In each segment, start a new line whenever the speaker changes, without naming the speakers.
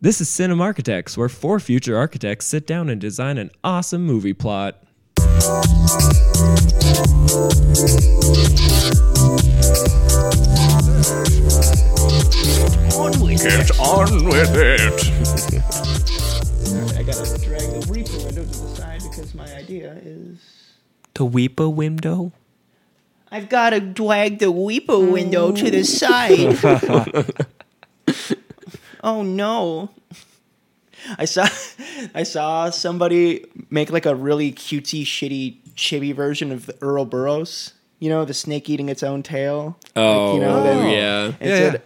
This is Cinema Architects, where four future architects sit down and design an awesome movie plot.
On with it. on with it.
I gotta drag the reaper window to the side because my idea is.
The Weepa window?
I've gotta drag the reaper window to the side. oh no. I saw, I saw somebody make like a really cutesy, shitty, chibi version of the Earl Burrows. You know, the snake eating its own tail.
Uh,
Oh,
you know, that-
yeah.
And so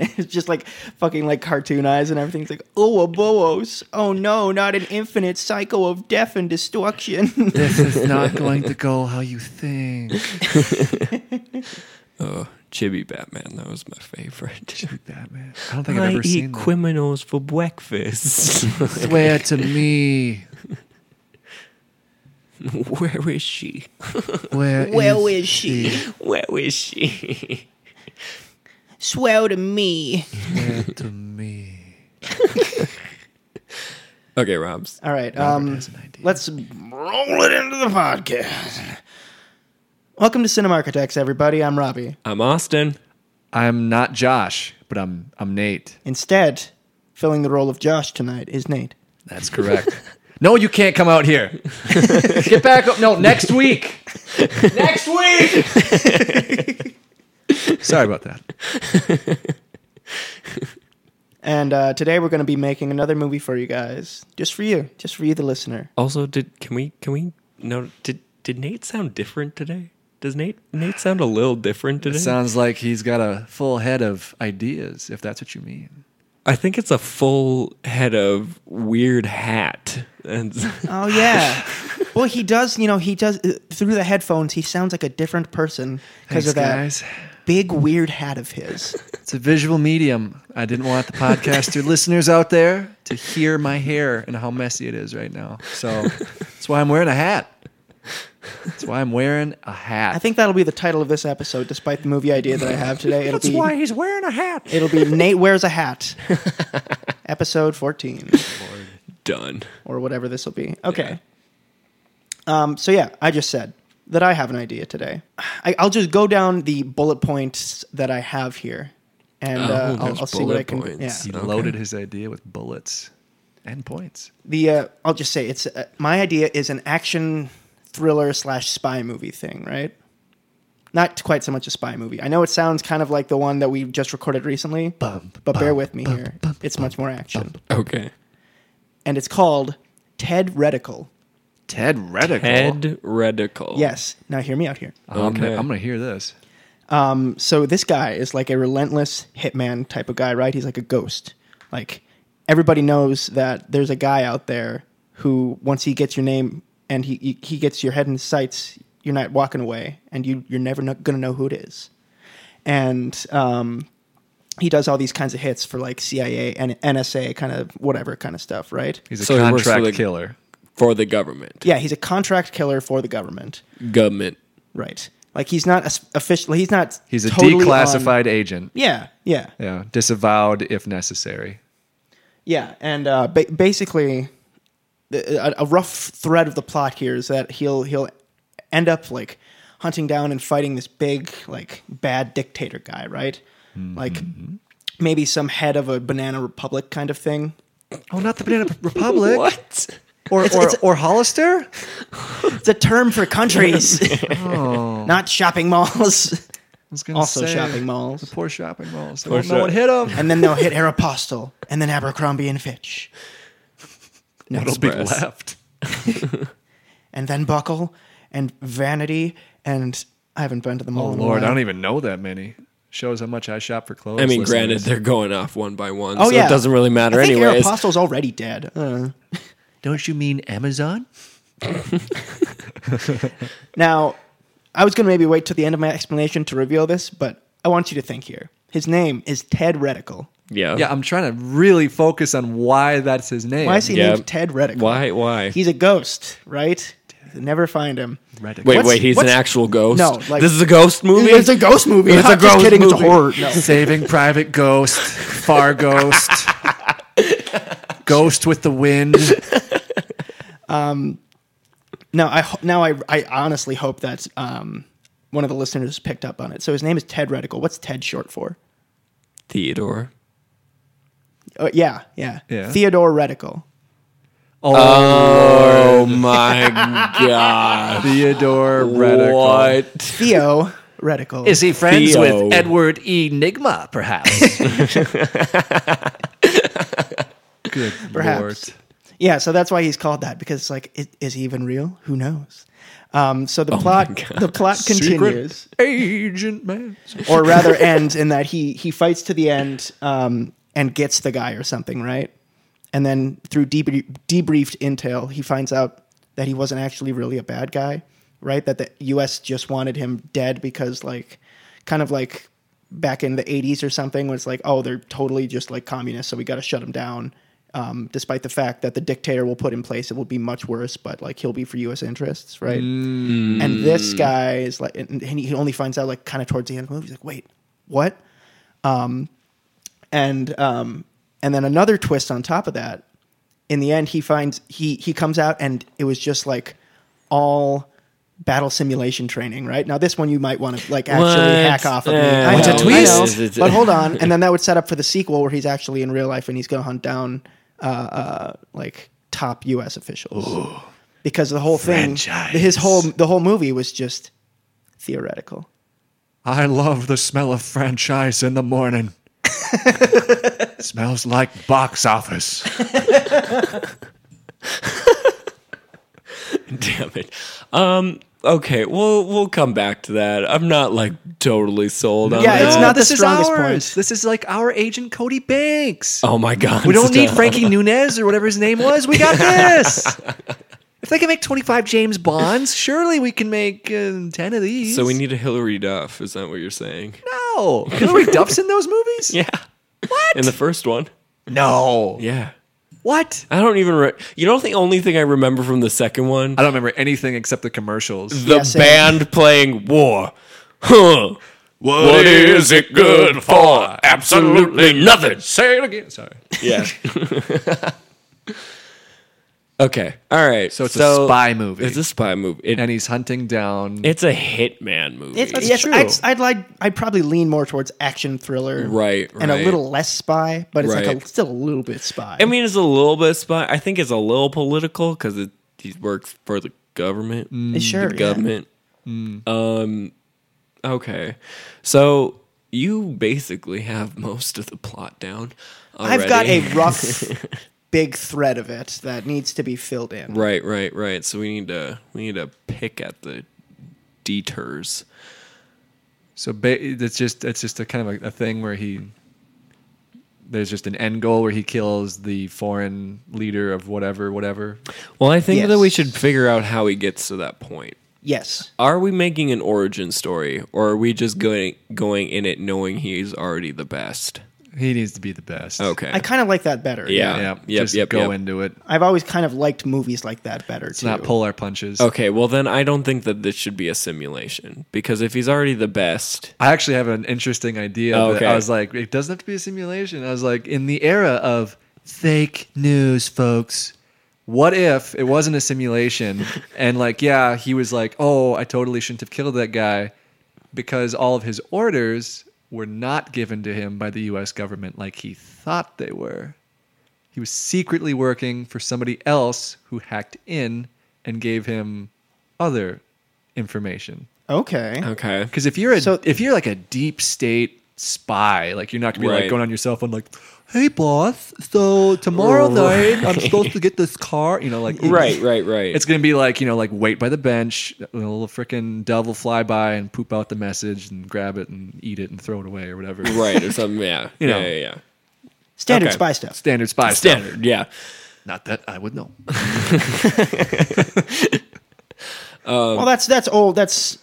th- it's just like fucking like cartoon eyes and everything's like oh a boos oh no not an infinite cycle of death and destruction
This is not going to go how you think.
Chibi Batman, that was my favorite.
Batman. I don't think I
I
have ever
eat
seen that.
criminals for breakfast.
Swear to me.
Where is she?
Where,
Where is she?
Where is she?
swear to me
Swear to me.
Okay, Robs.
all right um
That's an idea.
let's roll it into the podcast welcome to cinema architects everybody i'm robbie
I'm Austin.
I'm not Josh, but I'm I'm Nate.
instead filling the role of josh tonight is nate
That's correct. no, you can't come out here. Get back up. No, next week. next week. Sorry about that.
and uh, today we're going to be making another movie for you guys just for you just for you the listener
Also, did can we can we no did did Nate sound different today? Does Nate Nate sound a little different today?
Sounds like he's got a full head of ideas, if that's what you mean.
I think it's a full head of weird hat. And
Oh yeah. well, he does. You know, he does uh, through the headphones. He sounds like a different person because
Thanks,
of that
guys.
big weird hat of his.
It's a visual medium. I didn't want the podcaster listeners out there to hear my hair and how messy it is right now. So that's why I'm wearing a hat. That's why I'm wearing a hat.
I think that'll be the title of this episode, despite the movie idea that I have today. It'll be
he's wearing a hat.
it'll be Nate wears a hat, episode fourteen,
done.
or whatever this will be. Okay. Um. So yeah, I just said that I have an idea today. I, I'll just go down the bullet points that I have here, and uh,
Oh,
I'll,
there's
I'll see what I
bullet
can.
points.
Yeah.
he
Okay.
loaded his idea with bullets and points.
the uh, I'll just say it's uh, my idea is an action thriller slash spy movie thing, right? Not quite so much a spy movie. I know it sounds kind of like the one that we just recorded recently, but bear with me here. it's much more action,
Okay.
and it's called Ted Reticle.
Ted Redick.
Head radical.
Yes. Now hear me out here.
Oh, I'm
Okay.
going to hear this.
Um, so this guy is like a relentless hitman type of guy, right? He's like a ghost. Like everybody knows that there's a guy out there who, once he gets your name and he he- he gets your head in his sights, you're not walking away, and you you're never no, gonna know who it is. And um, he does all these kinds of hits for like CIA and NSA kind of whatever kind of stuff, right?
He's a
So he works for the-
contract killer.
For the government.
Yeah, he's a contract killer for the government,
Government.
right? Like he's not a- officially, he's not.
He's a
totally on-
declassified agent.
yeah, yeah.
Yeah, disavowed if necessary.
Yeah, and uh, ba- basically, the- a, a rough thread of the plot here is that he'll he'll end up like hunting down and fighting this big like bad dictator guy, right?
Mm-hmm.
Like maybe some head of a banana republic kind of thing.
Oh, not the Banana Republic.
What?
Or, or, or Hollister?
It's a term for countries,
Oh.
not shopping malls.
I was gonna
also
say,
shopping malls.
Poor shopping malls. I don't
shop-
know what hit him.
And then they'll hit Aeropostale, and then Abercrombie and Fitch,
What'll be
Express.
left?
and then Buckle, and Vanity, and I haven't been to the mall.
Oh
in a
Lord, I
while.
don't even know that many. Shows how much I shop for clothes.
I mean, granted,
listeners.
they're going off one by one,
Oh
so
yeah,
it doesn't really matter
I think
anyways.
Aeropostale's already dead. Uh,
don't you mean Amazon?
now, I was going to maybe wait till the end of my explanation to reveal this, but I want you to think here. His name is Ted Reticle.
yeah.
Yeah, I'm trying to really focus on why that's his name.
Why is he
Yeah.
named Ted Reticle?
Why? Why?
He's a ghost, right? You'll never find him.
Redick.
wait,
what's-
wait. He's an
what's-
actual ghost.
No, like-
this is a ghost movie.
It's a ghost movie.
It's a
I'm just
ghost
kidding. It's a
movie.
horror. No.
Saving Private Ghost, Far Ghost. Ghost with the wind.
Now I ho- now I I honestly hope that um, one of the listeners picked up on it. So his name is Ted Reticle. What's Ted short for?
Theodore.
Uh, yeah, yeah,
Yeah.
Theodore Reticle.
Oh my god.
Theodore Reticle.
What?
Theo Reticle.
Is he friends
Theo.
with Edward E. Nigma, perhaps? Good
Perhaps. Yeah, so that's why he's called that because it's like, is, is he even real? Who knows? Um, so the plot the plot continues,
Oh Secret agent man.
or rather ends in that he he fights to the end um, and gets the guy or something, right? And then through debr- debriefed intel, he finds out that he wasn't actually really a bad guy, right? That the U.S. just wanted him dead because, like, kind of like back in the '80s or something, when it's like, oh, they're totally just like communists, so we got to shut them down. Um, despite the fact that the dictator will put in place, it will be much worse, but like he'll be for U.S. interests, right? And this guy is like, and and he only finds out like kind of towards the end of the movie. He's like, wait, what? Um, and um, and then another twist on top of that. In the end, he finds he he comes out and it was just like all battle simulation training, right? Now this one you might want to like actually
What?
hack off of me.
Yeah,
I
What a
know, I
twist.
know. but hold on, and then that would set up for the sequel where he's actually in real life and he's going to hunt down uh, uh, like top U.S. officials because the whole thing, his whole the whole movie was just theoretical.
I love the smell of franchise in the morning. Smells like box office.
Damn it. Um okay, we'll we'll come back to that. I'm not like totally sold on
Yeah,
that.
it's not the
this is ours.
strongest point.
This is like our agent Cody Banks.
Oh my god.
we don't need
stop.
Frankie Nunez or whatever his name was. We got this. if they can make 25 James Bonds, surely we can make uh, 10 of these.
So we need a Hillary Duff, is that what you're saying?
No. Hillary Duff's in those movies?
Yeah. What? In the first one?
No.
Yeah.
What?
I don't even re- You know the only thing I remember from the second one?
I don't remember anything except the commercials.
the
Yeah, same.
band playing war. Huh. what is it good for? Absolutely nothing.
Say it again. Sorry.
Yeah. okay. All right.
So it's a spy movie.
It's a spy movie. It-
And he's hunting down.
it's a hitman movie.
It's,
It's
yes,
true.
I'd, I'd like I'd probably lean more towards action thriller,
Right,
and a
right.
little less spy, but it's like
Right.
a, still a little bit spy.
I mean, it's a little bit spy. I think it's a little political because it he works for the government.
sure,
The
yeah.
government. Mm. Um. Okay. So you basically have most of the plot down. Already.
I've got a rough, big thread of it that needs to be filled in.
Right, right, right. So we need to we need to pick at the detours.
So ba- it's just it's just a kind of a, a thing where he there's just an end goal where he kills the foreign leader of whatever whatever.
Well, I think that we
Yes.
should figure out how he gets to that point.
Yes,
Are we making an origin story, or are we just going going in it knowing he's already the best?
He needs to be the best.
Okay.
I kind of like that better.
Yeah.
Yeah.
Yep,
just
yep,
go
yep.
into it.
I've always kind of liked movies like that better
Let's
too.
not pull our punches.
okay. Well, then I don't think that this should be a simulation because if he's already the best,
I actually have an interesting idea.
Oh,
but
okay.
I was like, it doesn't have to be a simulation. I was like, in the era of fake news, folks, what if it wasn't a simulation? and like, yeah, he was like, oh, I totally shouldn't have killed that guy because all of his orders were not given to him by the U.S. government like he thought they were. He was secretly working for somebody else who hacked in and gave him other information.
Okay.
okay.
Because if you're a
So-
if you're like a deep state spy, like you're not gonna be like
Right.
going on your cell phone like, "Hey boss, so tomorrow night I'm supposed to get this car," you know, like
Right, right, right.
It's gonna be like you know, like wait by the bench, a little freaking dove will fly by and poop out the message and grab it and eat it and throw it away or whatever.
right or something. Yeah.
You know.
Yeah, yeah,
Standard
Okay.
spy stuff.
Standard spy
yeah.
stuff.
Standard. Yeah.
Not that I would know.
well, that's that's old. That's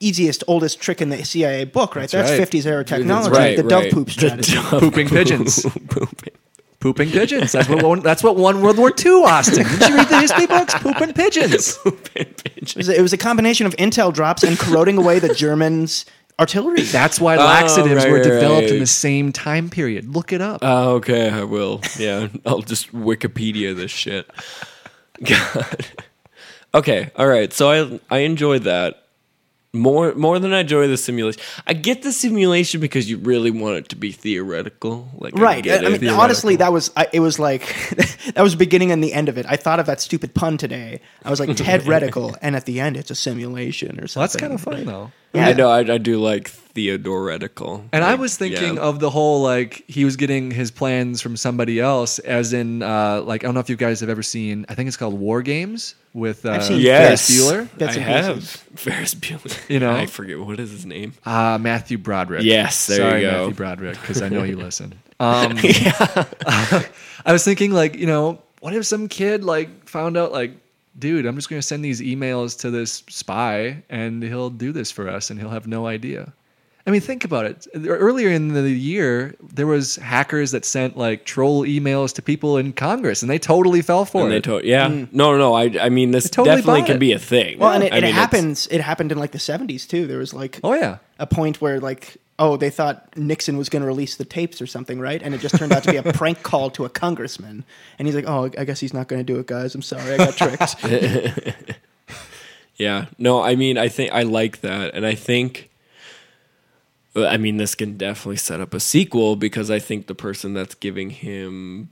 easiest, oldest trick in the CIA book, right? That's
right.
fifties era technology.
right,
the dove
right.
poop
The
strategy.
Pooping pigeons.
Pooping.
Pooping pigeons. That's what one, that's what won World War II, Austin. Did you read the history books? Pooping pigeons.
It was, a, it was a combination of intel drops and corroding away the Germans' artillery.
That's why laxatives
Oh, right,
were
right,
developed in
right.
the same time period. Look it up.
Oh, okay, I will. Yeah, I'll just Wikipedia this shit. God. Okay, all right. So I I enjoyed that more more than I enjoy the simulation. I get the simulation because you really want it to be theoretical, like I
right.
get
I, I
it.
mean, honestly, that was I, it was like that was the beginning and the end of it. I thought of that stupid pun today. I was like Ted Reticle, and at the end, it's a simulation or something.
That's kind of funny though.
Yeah.
I know. I, I do like theodoretical.
And I
Like,
was
yeah.
thinking of the whole like he was getting his plans from somebody else, as in uh, like I don't know if you guys have ever seen. I think it's called War Games with uh,
seen
Yes.
Ferris Bueller,
That's
I
amazing.
have Ferris Bueller.
You know?
I forget what is his name.
uh, Matthew Broderick.
Yes, there you
Sorry,
go.
Matthew Broderick, because I know you listen. Um, I was thinking like you know what if some kid like found out like dude I'm just gonna send these emails to this spy and he'll do this for us and he'll have no idea. I mean, think about it. Earlier in the year, there was hackers that sent like troll emails to people in Congress, and they totally fell for
And
it.
they to- yeah. No, no, no. I I mean, this
Hmm. totally
definitely
bought
can
it.
be a thing.
Well, and it,
I
it
mean, it's-
happens. It happened in like the '70s too. There was like
oh yeah,
a point where like oh they thought Nixon was going to release the tapes or something, right? And it just turned out to be a prank call to a congressman, and he's like, oh, I guess he's not going to do it, guys. I'm sorry, I got tricked.
Yeah. No, I mean, I think I like that. And I think, uh, I mean, this can definitely set up a sequel because I think the person that's giving him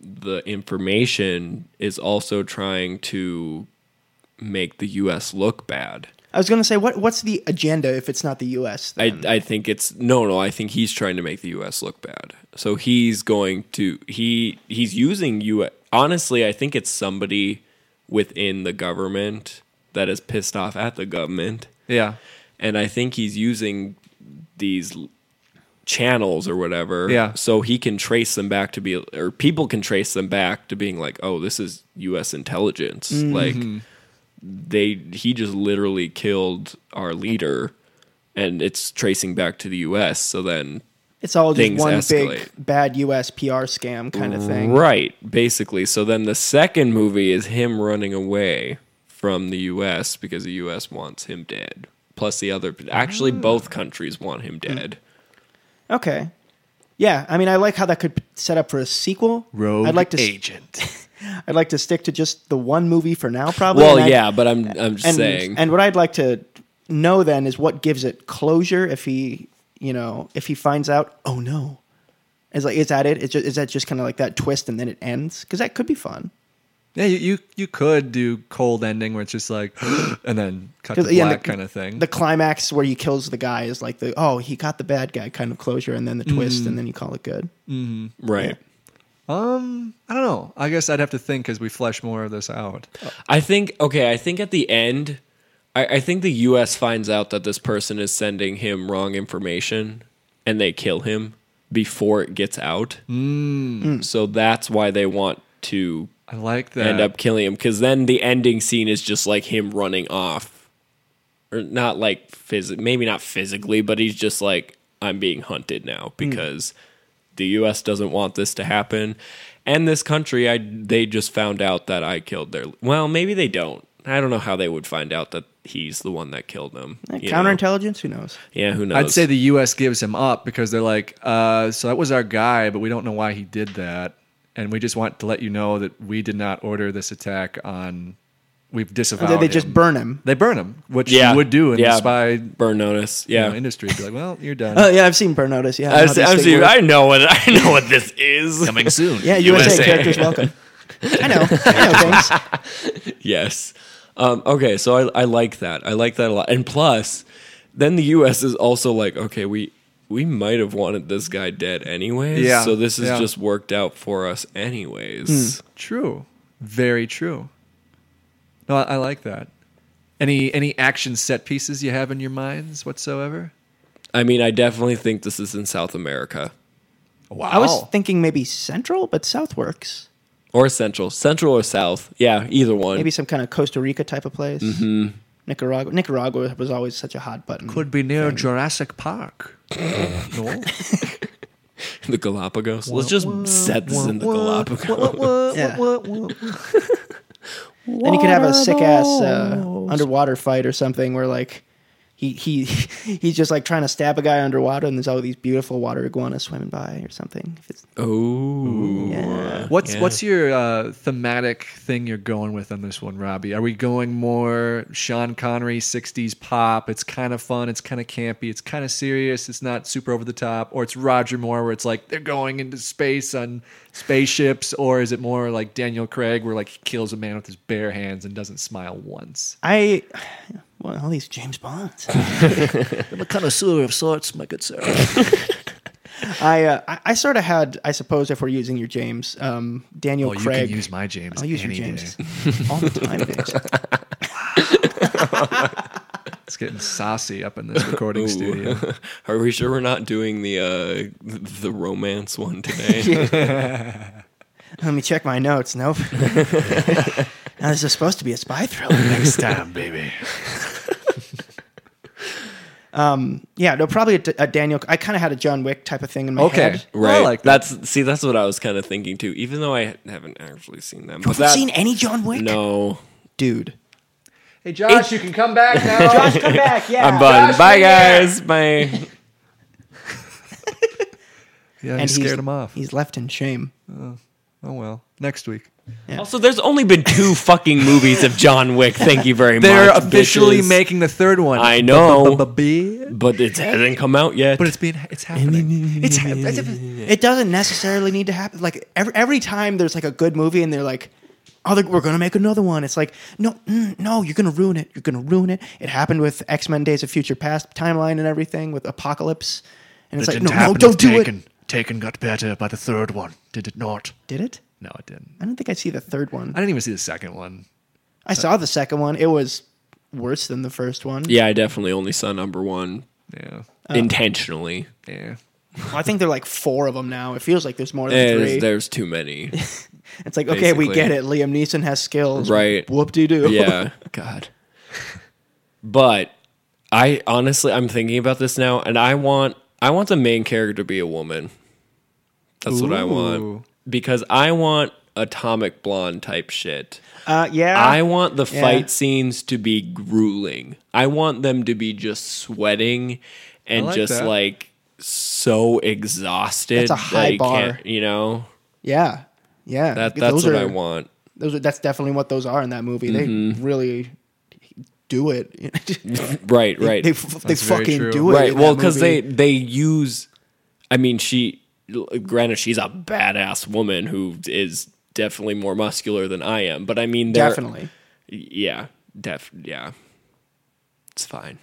the information is also trying to make the U.S. look bad.
I was going to say what what's the agenda if it's not the U.S.
I,
then?
I think it's no no I think he's trying to make the US look bad. So he's going to he he's using you honestly I think it's somebody within the government that is pissed off at the government
yeah,
and I think he's using these l- channels or whatever.
Yeah.
So he can trace them back to be, or people can trace them back to being like, oh, this is U.S. intelligence. Like they, he just literally killed our leader, and it's tracing back to the U.S. So then.
it's all just
things
one
escalate.
big bad U.S. PR scam kind of thing.
Right, basically. So then the second movie is him running away from the U.S. because the U.S. wants him dead. Plus the other, actually, both countries want him dead.
Okay. Yeah, I mean, I like how that could set up for a sequel.
rogue
I'd like to, s-
agent.
I'd like to stick to just the one movie for now, probably.
Well,
and I'd-
yeah, but I'm I'm just
and,
saying.
And what I'd like to know then is what gives it closure if he, you know, if he finds out, oh no. Is like is that it? Is, ju- is that just kind of like that twist and then it ends? Because that could be fun.
yeah, you, you you could do cold ending where it's just like, and then cut to
'Cause,
black
yeah, the-
kind of thing.
The climax where he kills the guy is like the oh he got the bad guy kind of closure, and then the twist, and then you call it good.
right.
Um, I don't know. I guess I'd have to think as we flesh more of this out.
I think okay, I think at the end I, I think the US finds out that this person is sending him wrong information and they kill him before it gets out. So that's why they want to
I like that.
end up killing him because then the ending scene is just like him running off, or not like phys- maybe not physically, but he's just like I'm being hunted now because the U.S. doesn't want this to happen, and this country, I they just found out that I killed their. Well, maybe they don't. I don't know how they would find out that he's the one that killed them. you know?
Eh, Counterintelligence, who knows?
Yeah, who knows?
I'd say the U.S. gives him up because they're like, uh, so that was our guy, but we don't know why he did that, and we just want to let you know that we did not order this attack on. We've disavowed.
They, they
him.
just burn him.
They burn him, which
yeah
you would do in
yeah,
the spy you
burn notice. Yeah.
know, industry. Be like, well, you're done.
Oh yeah, I've seen burn notice. Yeah, I
I,
know
was-
how
I
these
was-
things work.
I know what I know what this is. Coming soon.
yeah, USA, characters welcome. I know, I know things.
Yes. Um, okay, so I, I like that. I like that a lot. And plus, then the U.S. is also like, okay, we we might have wanted this guy dead anyways.
Yeah,
So this has
yeah. Hmm.
just worked out for us anyways.
True. Very true. No, I, I like that. Any any action set pieces you have in your minds whatsoever?
I mean, I definitely think this is in South America
Wow.
I was thinking maybe Central, but South works.
or Central, Central or South. Yeah, either one.
Maybe some kind of Costa Rica type of place. Nicaragua. Nicaragua was always such a hot button.
Mm-hmm. Could be near Jurassic Park. no.
the Galapagos. Let's just set this in the Galapagos.
Yeah. Then you could have a sick ass uh, underwater fight or something where like he he he's just like trying to stab a guy underwater, and there's all these beautiful water iguanas swimming by or something. If it's-
Oh,
yeah.
What's
Yeah.
what's your uh, thematic thing you're going with on this one, Robbie? Are we going more Sean Connery '60s pop? It's kind of fun. It's kind of campy. It's kind of serious. It's not super over the top. Or it's Roger Moore, where it's like they're going into space on spaceships. Or is it more like Daniel Craig, where like he kills a man with his bare hands and doesn't smile once?
I well, all these James Bonds.
I'm a connoisseur of sorts, my good sir.
I, uh, I I sort of had, I suppose, if we're using your James, um, Daniel
Oh, you
Craig.
can use my James.
I'll use your
any day.
James all the time. James.
It's getting saucy up in this recording studio.
Ooh. Are we sure we're not doing the uh the romance one today?
Let me check my notes. Nope. now this is supposed to be a spy thriller next time.
Damn, baby.
Yeah, no, probably a, D- a Daniel. I kind of had a John Wick type of thing in my
Okay.
head.
Right.
I like
That's see, that's what I was kind of thinking too. Even though I haven't actually seen them,
You
but
haven't
that,
seen any John Wick?
no.
dude.
Hey, Josh, you can come back now.
Josh, come back. Yeah,
I'm butting. Bye, guys. Bye.
And
Yeah, you
he's-
scared him off.
He's left in shame.
Oh well, next week.
Also, there's only been two fucking movies of John Wick. Thank you very
They're
much.
officially
bitches.
making the third one.
I know.
B-b-b-b-b.
but it hasn't come out yet.
but it's being it's happening. It's happening.
It doesn't necessarily need to happen. Like every every time there's like a good movie and they're like, "Oh, they're- we're gonna make another one." It's like, no, mm, no, you're gonna ruin it. You're gonna ruin it. It happened with X Men: Days of Future Past timeline and everything with Apocalypse, and it's like, no, no, don't do it.
Taken got better by the third one, did it not?
Did it?
No, it didn't.
I don't think I see the third one.
I didn't even see the second one.
I saw the second one. It was worse than the first one.
yeah, I definitely only saw number one
Yeah,
intentionally.
yeah.
I think there are like four of them now. It feels like there's more than three.
There's, there's too many.
it's like, okay, we
basically.
get it. Liam Neeson has skills.
Right.
Whoop de doo.
Yeah. God. But I honestly, I'm thinking about this now, and I want, I want the main character to be a woman. That's what I
Ooh.
want because I want Atomic Blonde type shit.
Uh, yeah.
I want the
Yeah.
fight scenes to be grueling. I want them to be just sweating and
like
just
that.
like so exhausted.
That's a high
they can't-
bar.
You know,
yeah. Yeah.
that that's what
are,
I want. Mm-hmm.
Those are, that's definitely what those are in that movie. They really do it. they
Right, right.
they, f- they
That's very
fucking
true.
do it.
right
in
well
that
because they
movie.
they use i mean she granted she's a badass woman who is definitely more muscular than i am but i mean they're-
Definitely.
yeah def yeah it's fine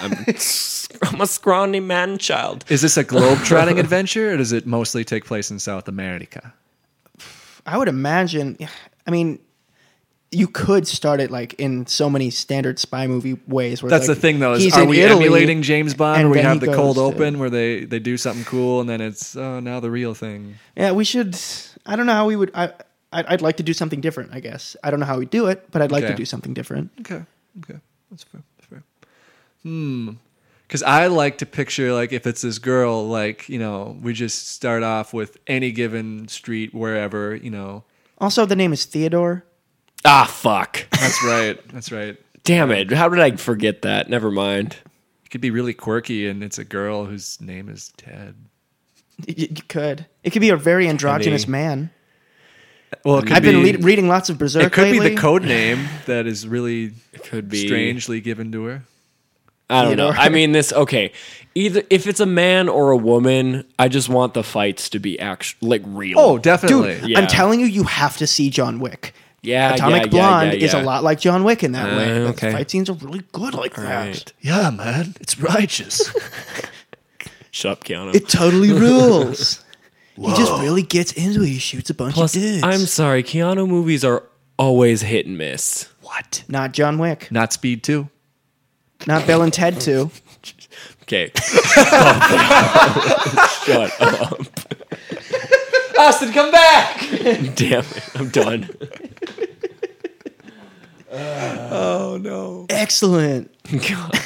i'm i'm a scrawny man child
Is this a globe-trotting adventure, or does it mostly take place in South America?
I would imagine. I mean, you could start it like in so many standard spy movie ways. Where it's
That's
like,
the thing, though. Is
he's
are
in
we
Italy,
emulating James Bond,
and
where we
then
have
he
the cold
goes to-
open, where they they do something cool, and then it's oh now the real thing.
Yeah, we should. I don't know how we would. I I'd, I'd like to do something different. I guess I don't know how we do it, but I'd like to
Okay.
do something different.
Okay. Okay. That's fair. That's fair. Hmm. Because I like to picture, like, if it's this girl, like, you know, we just start off with any given street, wherever, you know.
Also, the name is Theodore.
ah fuck
That's right. That's right.
damn it how did i forget that never mind
It could be really quirky, and it's a girl whose name is Ted.
Y- y- You could. It could be a very androgynous
Any-
man.
Well, it could
I've
be,
been le- reading lots of Berserk
It could
lately.
be the code name that is really
it could be
strangely given to her.
I don't know.
Theodore.
I mean, this okay. Either if it's a man or a woman, I just want the fights to be actual, like real.
Oh, definitely.
Dude,
Yeah.
I'm telling you, you have to see John Wick.
Yeah,
Atomic
yeah, yeah,
Blonde
yeah,
is a
yeah.
lot like John Wick in that
Uh,
way. The
okay.
fight scenes are really good like that.
Right.
Yeah, man. It's righteous.
Shut up, Keanu.
It totally rules. he just really gets into it. He shoots a bunch
Plus,
of dudes.
I'm sorry, Keanu movies are always hit and miss.
what?
not John Wick.
Not Speed 2.
Not Bill and Ted 2.
Okay. Shut up.
Austin, come back!
Damn it. I'm done.
Oh, no.
Excellent.
God.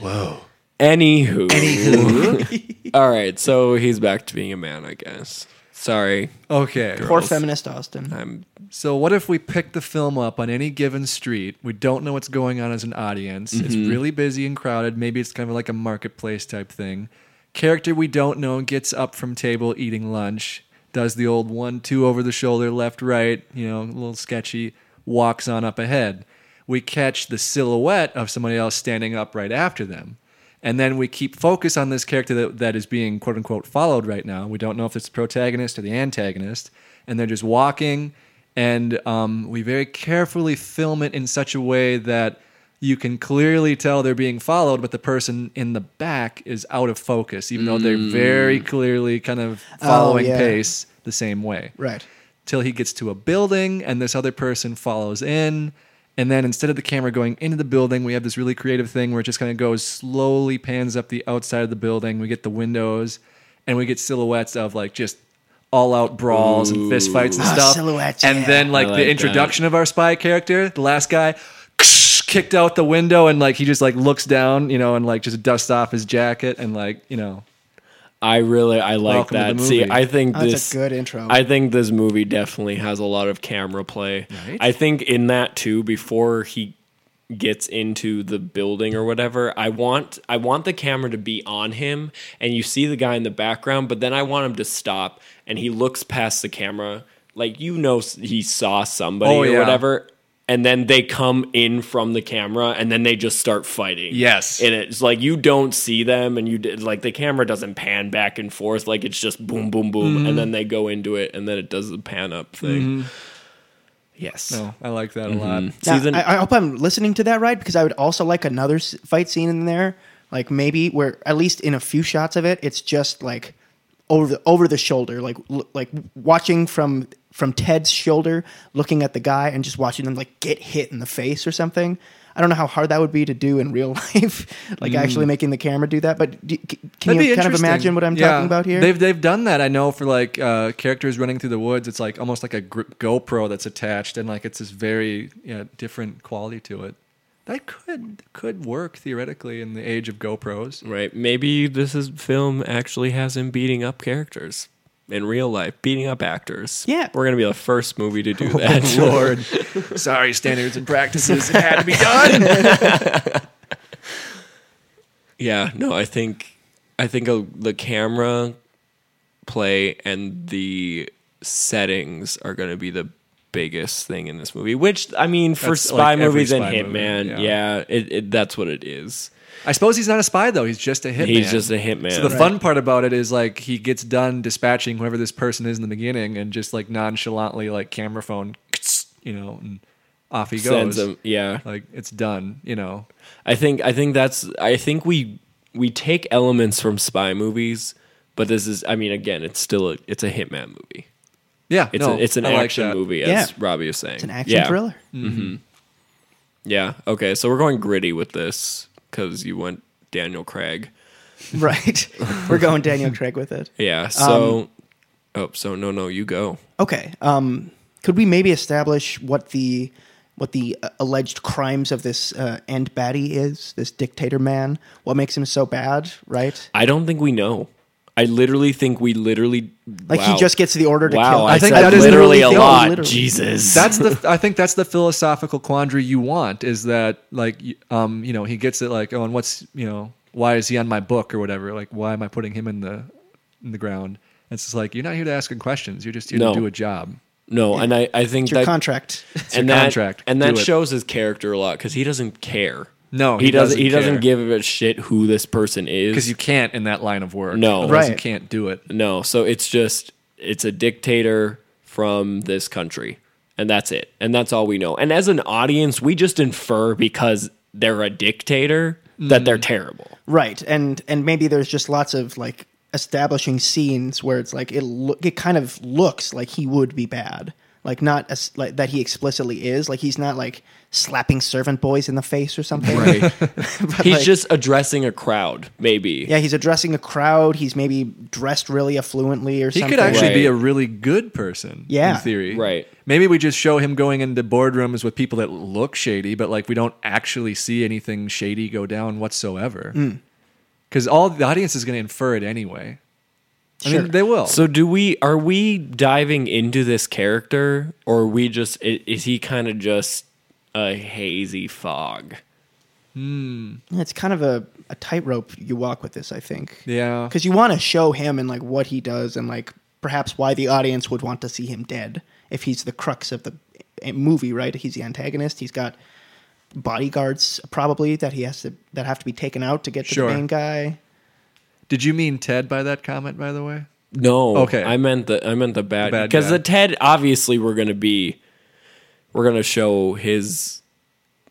Whoa. Anywho. Anywho. All right, so he's back to being a man, I guess. Sorry.
Okay.
Poor
girls.
feminist Austin.
I'm
So what if we pick the film up on any given street? We don't know what's going on as an audience. It's really busy and crowded. Maybe it's kind of like a marketplace type thing. Character we don't know gets up from table eating lunch, does the old one two over the shoulder left right, you know, a little sketchy, walks on up ahead. We catch the silhouette of somebody else standing up right after them. And then we keep focus on this character that, that is being quote unquote followed right now. We don't know if it's the protagonist or the antagonist. And they're just walking. And um, we very carefully film it in such a way that you can clearly tell they're being followed, but the person in the back is out of focus, even though they're very clearly kind of following
yeah.
pace the same way
Right.
till he gets to a building and this other person follows in. And then instead of the camera going into the building, we have this really creative thing where it just kind of goes slowly pans up the outside of the building. We get the windows and we get silhouettes of like just all out brawls and fist fights and
Ah,
stuff.
silhouettes,
And
yeah.
then like,
I
the
like
introduction of our spy character, the last guy kicked out the window and like he just like looks down, you know, and like just dusts off his jacket and like, you know,
I really I like
Welcome to
that.
the
See,
movie.
I think
Oh, That's
this
a good intro.
I think this movie definitely has a lot of camera play. I think in that too, before he gets into the building or whatever, I want I want the camera to be on him and you see the guy in the background, but then I want him to stop and he looks past the camera like you know s- he saw somebody
Oh,
or
yeah.
whatever. And then they come in from the camera, and then they just start fighting.
Yes.
and it's like you don't see them, and you did, like the camera doesn't pan back and forth. Like it's just boom, boom, boom, and then they go into it, and then it does the pan up thing. Yes,
no, I like that a lot.
Now,
Season-
I, I hope I'm listening to that right because I would also like another s- fight scene in there, like maybe where at least in a few shots of it, it's just like over the over the shoulder, like l- like watching from from Ted's shoulder, looking at the guy and just watching them like get hit in the face or something. I don't know how hard that would be to do in real life, like actually making the camera do that. But do, c- can
Mm.
you
That'd be
kind of
interesting.
imagine what I'm
Yeah.
talking about here?
They've they've done that. I know for like uh, characters running through the woods, it's like almost like a gr- GoPro that's attached, and like it's this very you know, different quality to it. That could could work theoretically in the age of GoPros.
right? Maybe this is film actually has him beating up characters in real life, beating up actors.
Yeah.
we're gonna be the first movie to do that.
Lord, sorry, standards and practices had to be done.
Yeah, no, I think I think uh, the camera play and the settings are going to be the biggest thing in this movie. Which I mean, for
That's
spy
like every
movies and
spy movie,
Hitman, yeah,
yeah.
it, it, that's what it is.
I suppose he's not a spy though. He's just a hitman.
He's just a hitman.
So the fun part about it is like he gets done dispatching whoever this person is in the beginning, and just like nonchalantly, like camera phone, you know, and off he goes.
sends him. Yeah,
Like it's done, you know.
I think I think that's I think we we take elements from spy movies, but this is I mean, again, it's still a, it's a Hitman movie.
Yeah,
It's
no,
a, it's an
I like
action
that.
movie,
Yeah.
as Robbie was saying.
it's an action
yeah.
thriller.
Yeah. Okay. So we're going gritty with this because you went Daniel Craig.
Right. We're going Daniel Craig with it.
Um,
Yeah. So. oh, so no, no, you go.
Okay. Um, could we maybe establish what the what the uh, alleged crimes of this uh, end baddie is? This dictator man. What makes him so bad? Right.
I don't think we know. I literally think we literally
Like
wow.
he just gets the order to
wow.
kill.
I,
I think
said
that is
literally
literally
a
the-
lot.
literally.
Jesus.
That's the I think that's the philosophical quandary you want is that like y- um you know he gets it like oh and what's you know why is he on my book or whatever like why am I putting him in the in the ground? It's just like you're not here to ask him questions. You're just here
No.
to do a job.
no, and I I think
It's your
that
contract.
and
your
that
contract.
and
Do
that
it.
shows his character a lot because he doesn't care.
No,
he,
he
doesn't.
doesn't
He doesn't
care.
give a shit who this person is
Because you can't in that line of work.
No.
Otherwise you
Right.
can't do it.
No, so it's just it's a dictator from this country, and that's it, and that's all we know. And as an audience, we just infer because they're a dictator that
Mm.
they're terrible.
Right. And and maybe there's just lots of like establishing scenes where it's like it lo- it kind of looks like he would be bad. Like not as, like that he explicitly is. Like he's not like slapping servant boys in the face or something. But,
He's
like-
just addressing a crowd, maybe.
Yeah, he's addressing a crowd. He's maybe dressed really affluently or
He
something.
could actually be
Right.
a really good person.
Yeah.
In theory.
Right.
Maybe we just show him going into boardrooms with people that look shady, but like we don't actually see anything shady
Hmm.
go down whatsoever. Because all the audience is going to infer it anyway. I mean, they will.
So do we? Are we diving into this character, or are we just? i- Is he kind of just a hazy fog?
It's kind of a, a tightrope you walk with this, I think.
yeah.
Because you want to show him and like what he does and like perhaps why the audience would want to see him dead if he's the crux of the eh, movie, right? He's the antagonist. He's got bodyguards probably that he has to that have to be taken out to get to
Sure.
the main guy.
Did you mean Ted by that comment, by the way?
No.
Okay.
I meant the I meant the bad
bad
because the
guy.
Ted obviously we're gonna be we're gonna show his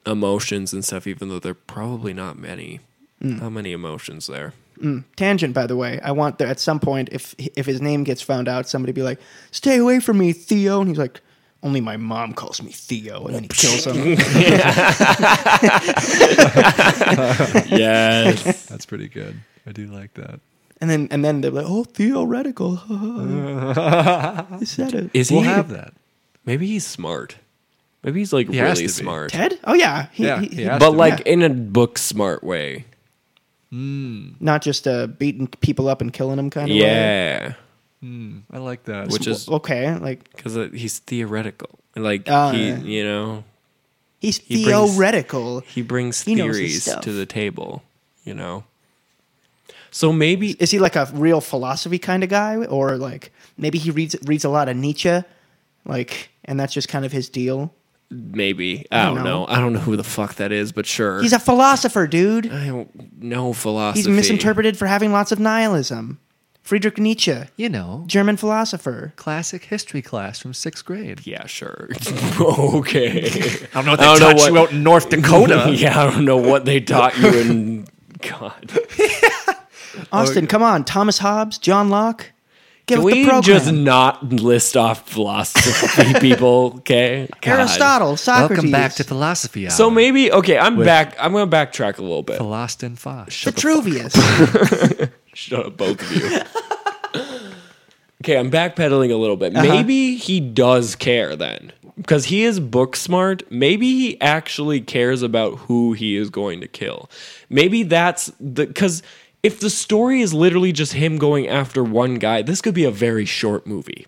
emotions and stuff, even though they're probably not many.
Hmm.
How many emotions there?
Tangent, by the way, I want there at some point if if his name gets found out, somebody be like, "Stay away from me, Theo," and he's like. Only my mom calls me Theo, and then he kills him.
Yes.
That's pretty good. I do like that.
and then and then they're like, "Oh, theoretical." I said it.
Is
we'll
he
have that.
maybe he's smart. Maybe he's like
He has
really
to be.
smart.
Ted? Oh yeah, he,
Yeah,
he-
he
he-
has
But
to be.
like in a book smart way.
not just uh, beating people up and killing them kind of way.
Yeah.
I like that.
Which is
okay like
because he's theoretical. Like
Oh,
Ah,
he,
yeah.
you know,
he's
He brings-
theoretical
he brings
He knows his
theories
stuff.
to the table. You know. So maybe
is he like a real philosophy kind of guy or like maybe he reads reads a lot of nietzsche like and that's just kind of his deal
Maybe. I
don't
don't know.
know.
I don't know who the fuck that is, but sure.
he's a philosopher dude
I don't know philosophy.
he's misinterpreted for having lots of nihilism friedrich nietzsche
you know,
german philosopher
classic history class from sixth grade.
Yeah, sure. okay.
I don't know what
I don't know what-
out in North
yeah, I don't know what they taught you in God.
Oh,
austin come on thomas hobbes john locke get
Can
with the
we
program
just not list off philosophy people, okay? God.
aristotle socrates
Welcome back to philosophy. Hour.
So maybe okay, I'm back. I'm going to backtrack a little bit.
Philostin Fosh.
vitruvius
Shut up, both of you. okay, I'm backpedaling a little
Uh-huh.
bit. Maybe he does care then. Because he is book smart. Maybe he actually cares about who he is going to kill. Maybe that's the. Because if the story is literally just him going after one guy, this could be a very short movie.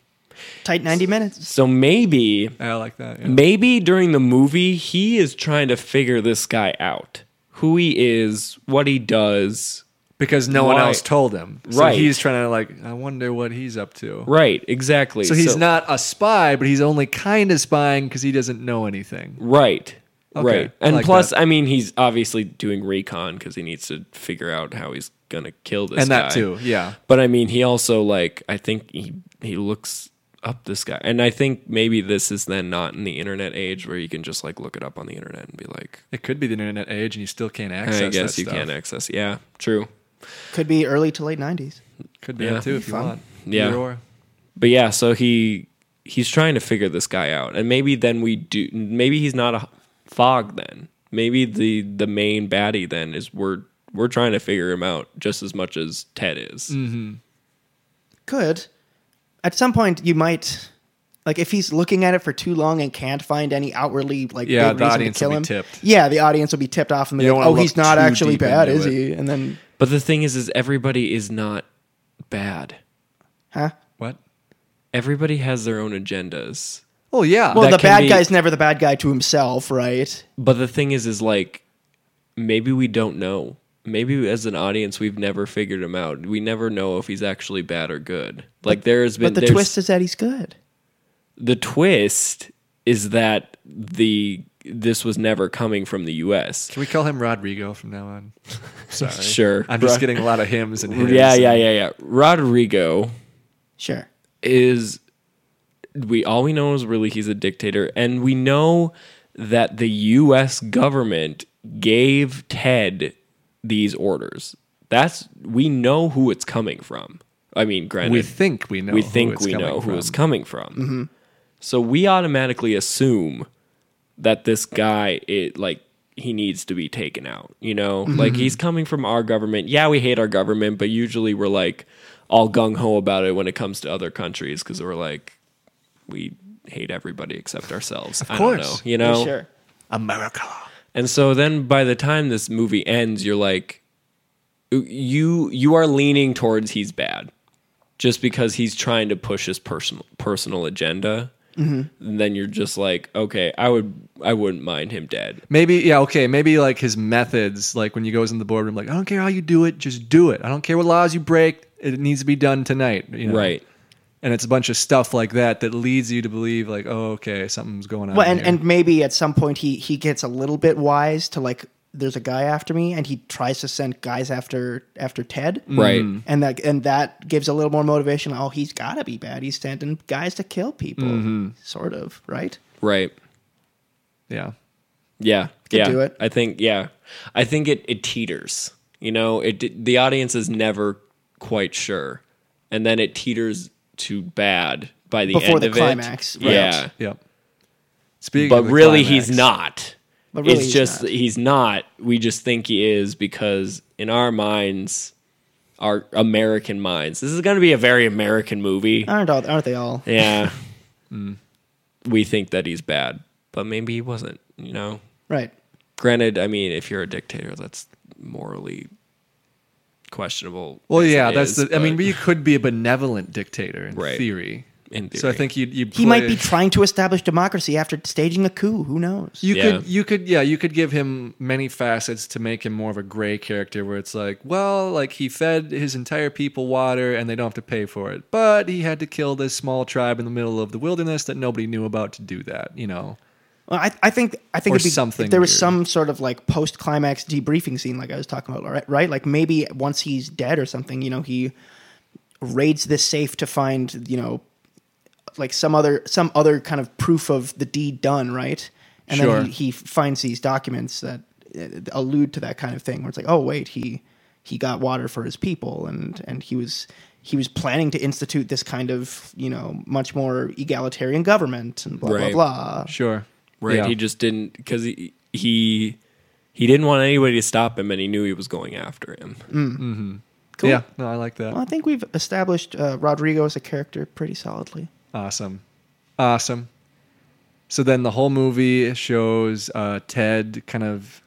tight 90 minutes
So maybe.
I like that. yeah.
Maybe during the movie, he is trying to figure this guy out who he is, what he does,
Because no one
Why-
else told him. So
Right.
he's trying to like, I wonder what he's up to.
Right, exactly.
So he's not a spy, but he's only kind of spying because he doesn't know anything.
right.
Okay,
right.
I
And
like
plus,
that.
I mean, he's obviously doing recon because he needs to figure out how he's gonna kill this
and that
guy.
too, yeah.
But I mean, he also like I think he he looks up this guy, and I think maybe this is then not in the internet age where you can just like look it up on the internet and be like,
It could be the internet age, and you still can't access.
I guess
that
you
stuff.
can't access. Yeah, true.
could be early to late 90s
Could be
Yeah.
that too if you want.
Yeah.
Either or.
But yeah, so he he's trying to figure this guy out, and maybe then we do. Maybe he's not a fog then. Maybe the the main baddie then is we're we're trying to figure him out just as much as Ted is.
Mm. could at some point you might like if he's looking at it for too long and can't find any outwardly like
Yeah,
big
the
reason
audience
to kill
will be
him
tipped.
yeah the audience will be tipped off and be
You don't
like, oh
wanna
he's
look
not
too
actually
deep
bad
into
is
it.
he and then
But the thing is, is everybody is not bad.
huh
What?
Everybody has their own agendas.
Oh yeah.
well
That
the
can
bad
be-
guy's never the bad guy to himself right
But the thing is, is like maybe we don't know. Maybe as an audience, we've never figured him out. We never know if he's actually bad or good. Like there has been
but the
there's-
twist is that he's good
the twist is that the this was never coming from the U.S.
Can we call him Rodrigo from now on? Sorry.
Sure.
I'm just getting a lot of hymns and his.
Yeah, yeah, yeah, yeah. Rodrigo
sure
is we all we know is really he's a dictator, and we know that the U.S. government gave Ted these orders. That's we know who it's coming from. I mean, granted,
We think we know.
we
who
think
it's
we
coming
know who
from.
it's coming from. So we automatically assume that this guy, it like he needs to be taken out. You know, like he's coming from our government. Yeah, we hate our government, but usually we're like all gung ho about it when it comes to other countries because we're like we hate everybody except ourselves. Of I don't know,
course.
you know.
sure
America.
And so then by the time this movie ends, you're like you you are leaning towards he's bad. just because he's trying to push his personal personal agenda.
Mm-hmm.
And then you're just like, okay, I would I wouldn't mind him dead.
Maybe yeah, okay. Maybe like his methods, like when you goes in the boardroom, like I don't care how you do it, just do it. I don't care what laws you break. It needs to be done tonight. you know?
Right.
And it's a bunch of stuff like that that leads you to believe like, oh, okay, something's going on.
Well, and,
here.
and maybe at some point he he gets a little bit wise to like there's a guy after me and he tries to send guys after after Ted.
Mm. Right.
And that and that gives a little more motivation. Oh, he's gotta be bad. He's sending guys to kill people.
Mm-hmm.
Sort of, right?
Right.
yeah,
Yeah.
Could
yeah.
do it.
I think yeah. I think it it teeters. You know, it the audience is never quite sure. And then it teeters to bad by the
Before
end
the
of
climax,
it.
right.
Yeah.
yeah. Speaking,
but
of the
really
climax-
he's not
But really
it's
he's
just
not.
he's not we just think he is because in our minds our american minds this is going to be a very american movie
Aren't all aren't they all?
yeah
Hmm.
we think that he's bad but maybe he wasn't you know
Right.
granted i mean if you're a dictator that's morally questionable
Well,
as
yeah,
it
that's
is,
the. I mean,
but
you could be a benevolent dictator in
Right.
theory.
in
So I
theory.
think you you
He might be trying to establish democracy after staging a coup. Who knows?
You
Yeah.
could, you could, yeah, you could give him many facets to make him more of a gray character, where it's like, well, like he fed his entire people water and they don't have to pay for it, but he had to kill this small tribe in the middle of the wilderness that nobody knew about to do that, you know?
Well, I, I think I think
Or
it'd be,
something
If there was
weird.
some sort of like post climax debriefing scene, like I was talking about, right? Right? Like maybe once he's dead or something, you know, he raids this safe to find, you know, like some other some other kind of proof of the deed done, right? And
Sure.
then he, he finds these documents that uh, allude to that kind of thing, where it's like, oh wait, he he got water for his people, and and he was he was planning to institute this kind of you know much more egalitarian government and blah
Right.
blah blah.
Sure.
right
Yeah.
he just didn't because he, he he didn't want anybody to stop him and he knew he was going after him
Cool.
Yeah. No, I like that.
Well, I think we've established uh, Rodrigo as a character pretty solidly.
Awesome. Awesome. So then the whole movie shows uh, Ted kind of.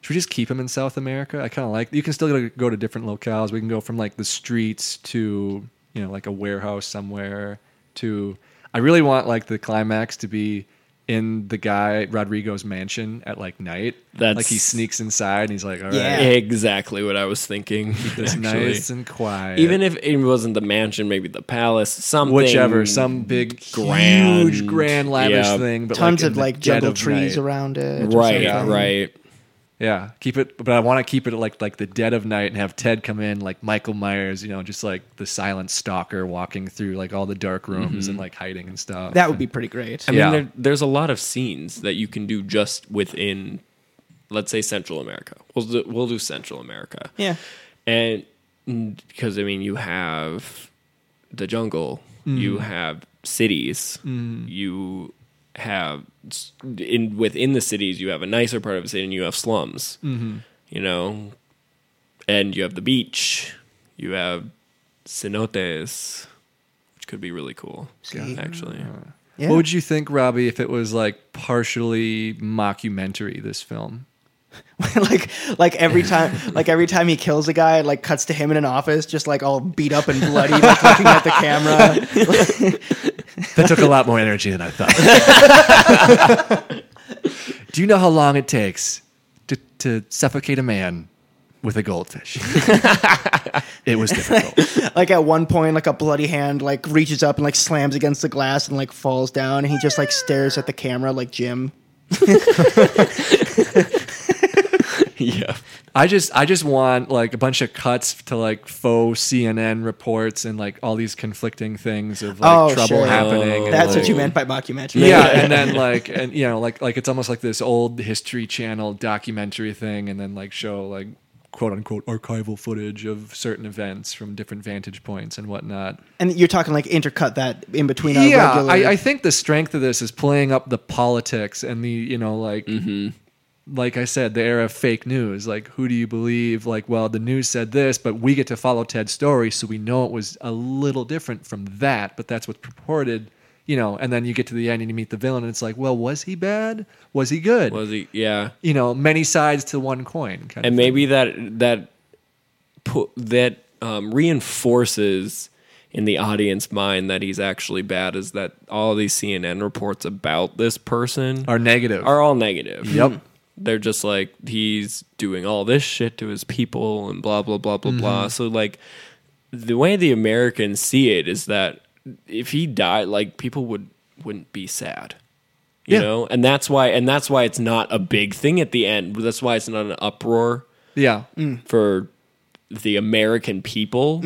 Should we just keep him in South America? I kind of like. You can still go to different locales. We can go from like the streets to you know like a warehouse somewhere. To I really want like the climax to be in the guy Rodrigo's mansion at like night.
That's-
like he sneaks inside and he's like, all right,
Yeah.
Exactly what I was thinking.
it's
actually.
nice and quiet.
Even if it wasn't the mansion, maybe the palace, something.
whichever some big
grand-
huge grand lavish
yeah.
thing, but
Tons
in
of
the
like
dead
jungle
of
trees
night.
around it. or
Right,
something.
right.
Yeah, keep it, but I want to keep it at like like the dead of night and have Ted come in like Michael Myers, you know, just like the silent stalker walking through like all the dark rooms
Mm-hmm.
and like hiding and stuff.
That would be pretty great.
I
Yeah.
mean, there, there's a lot of scenes that you can do just within, let's say, Central America. We'll do, we'll do Central America.
Yeah.
And because, I mean, you have the jungle, you have cities, you have, s- in within the cities, you have a nicer part of the city and you have slums, you know, and you have the beach, you have cenotes, which could be really cool, actually.
Yeah.
What would you think, Robbie, if it was like partially mockumentary? This film,
like like every time like every time he kills a guy, it like cuts to him in an office, just like all beat up and bloody, like looking at the camera.
that took a lot more energy than I thought. Do you know how long it takes to to suffocate a man with a goldfish? it was difficult.
Like at one point, like a bloody hand like reaches up and like slams against the glass and like falls down, and he just like stares at the camera like Jim.
yeah.
I just I just want like a bunch of cuts to like faux CNN reports and like all these conflicting things of like
Oh,
trouble
sure.
happening. and,
That's what
like-
you meant by mockumentary.
Yeah, and uh, then like and you know like like it's almost like this old History Channel documentary thing, and then like show like quote unquote archival footage of certain events from different vantage points and whatnot.
And you're talking like intercut that in between. Our
Yeah,
regular,
I, I think the strength of this is playing up the politics and the you know like
Mm-hmm.
like I said, the era of fake news. Like, who do you believe? Like, well, the news said this, but we get to follow Ted's story, so we know it was a little different from that, but that's what's purported, you know. And then you get to the end and you meet the villain, and it's like, well, was he bad? Was he good?
Was he? Yeah.
you know, many sides to one coin. Kind
and
of
maybe that that pu- that um, reinforces in the audience mind that he's actually bad is that all these CNN reports about this person
Are negative.
are all negative.
Yep.
They're just like he's doing all this shit to his people and blah blah blah blah
Mm-hmm.
blah. So like the way the Americans see it is that if he died, like people would wouldn't be sad. You
Yeah.
know? And that's why and that's why it's not a big thing at the end. That's why it's not an uproar
yeah.
Mm. for the American people,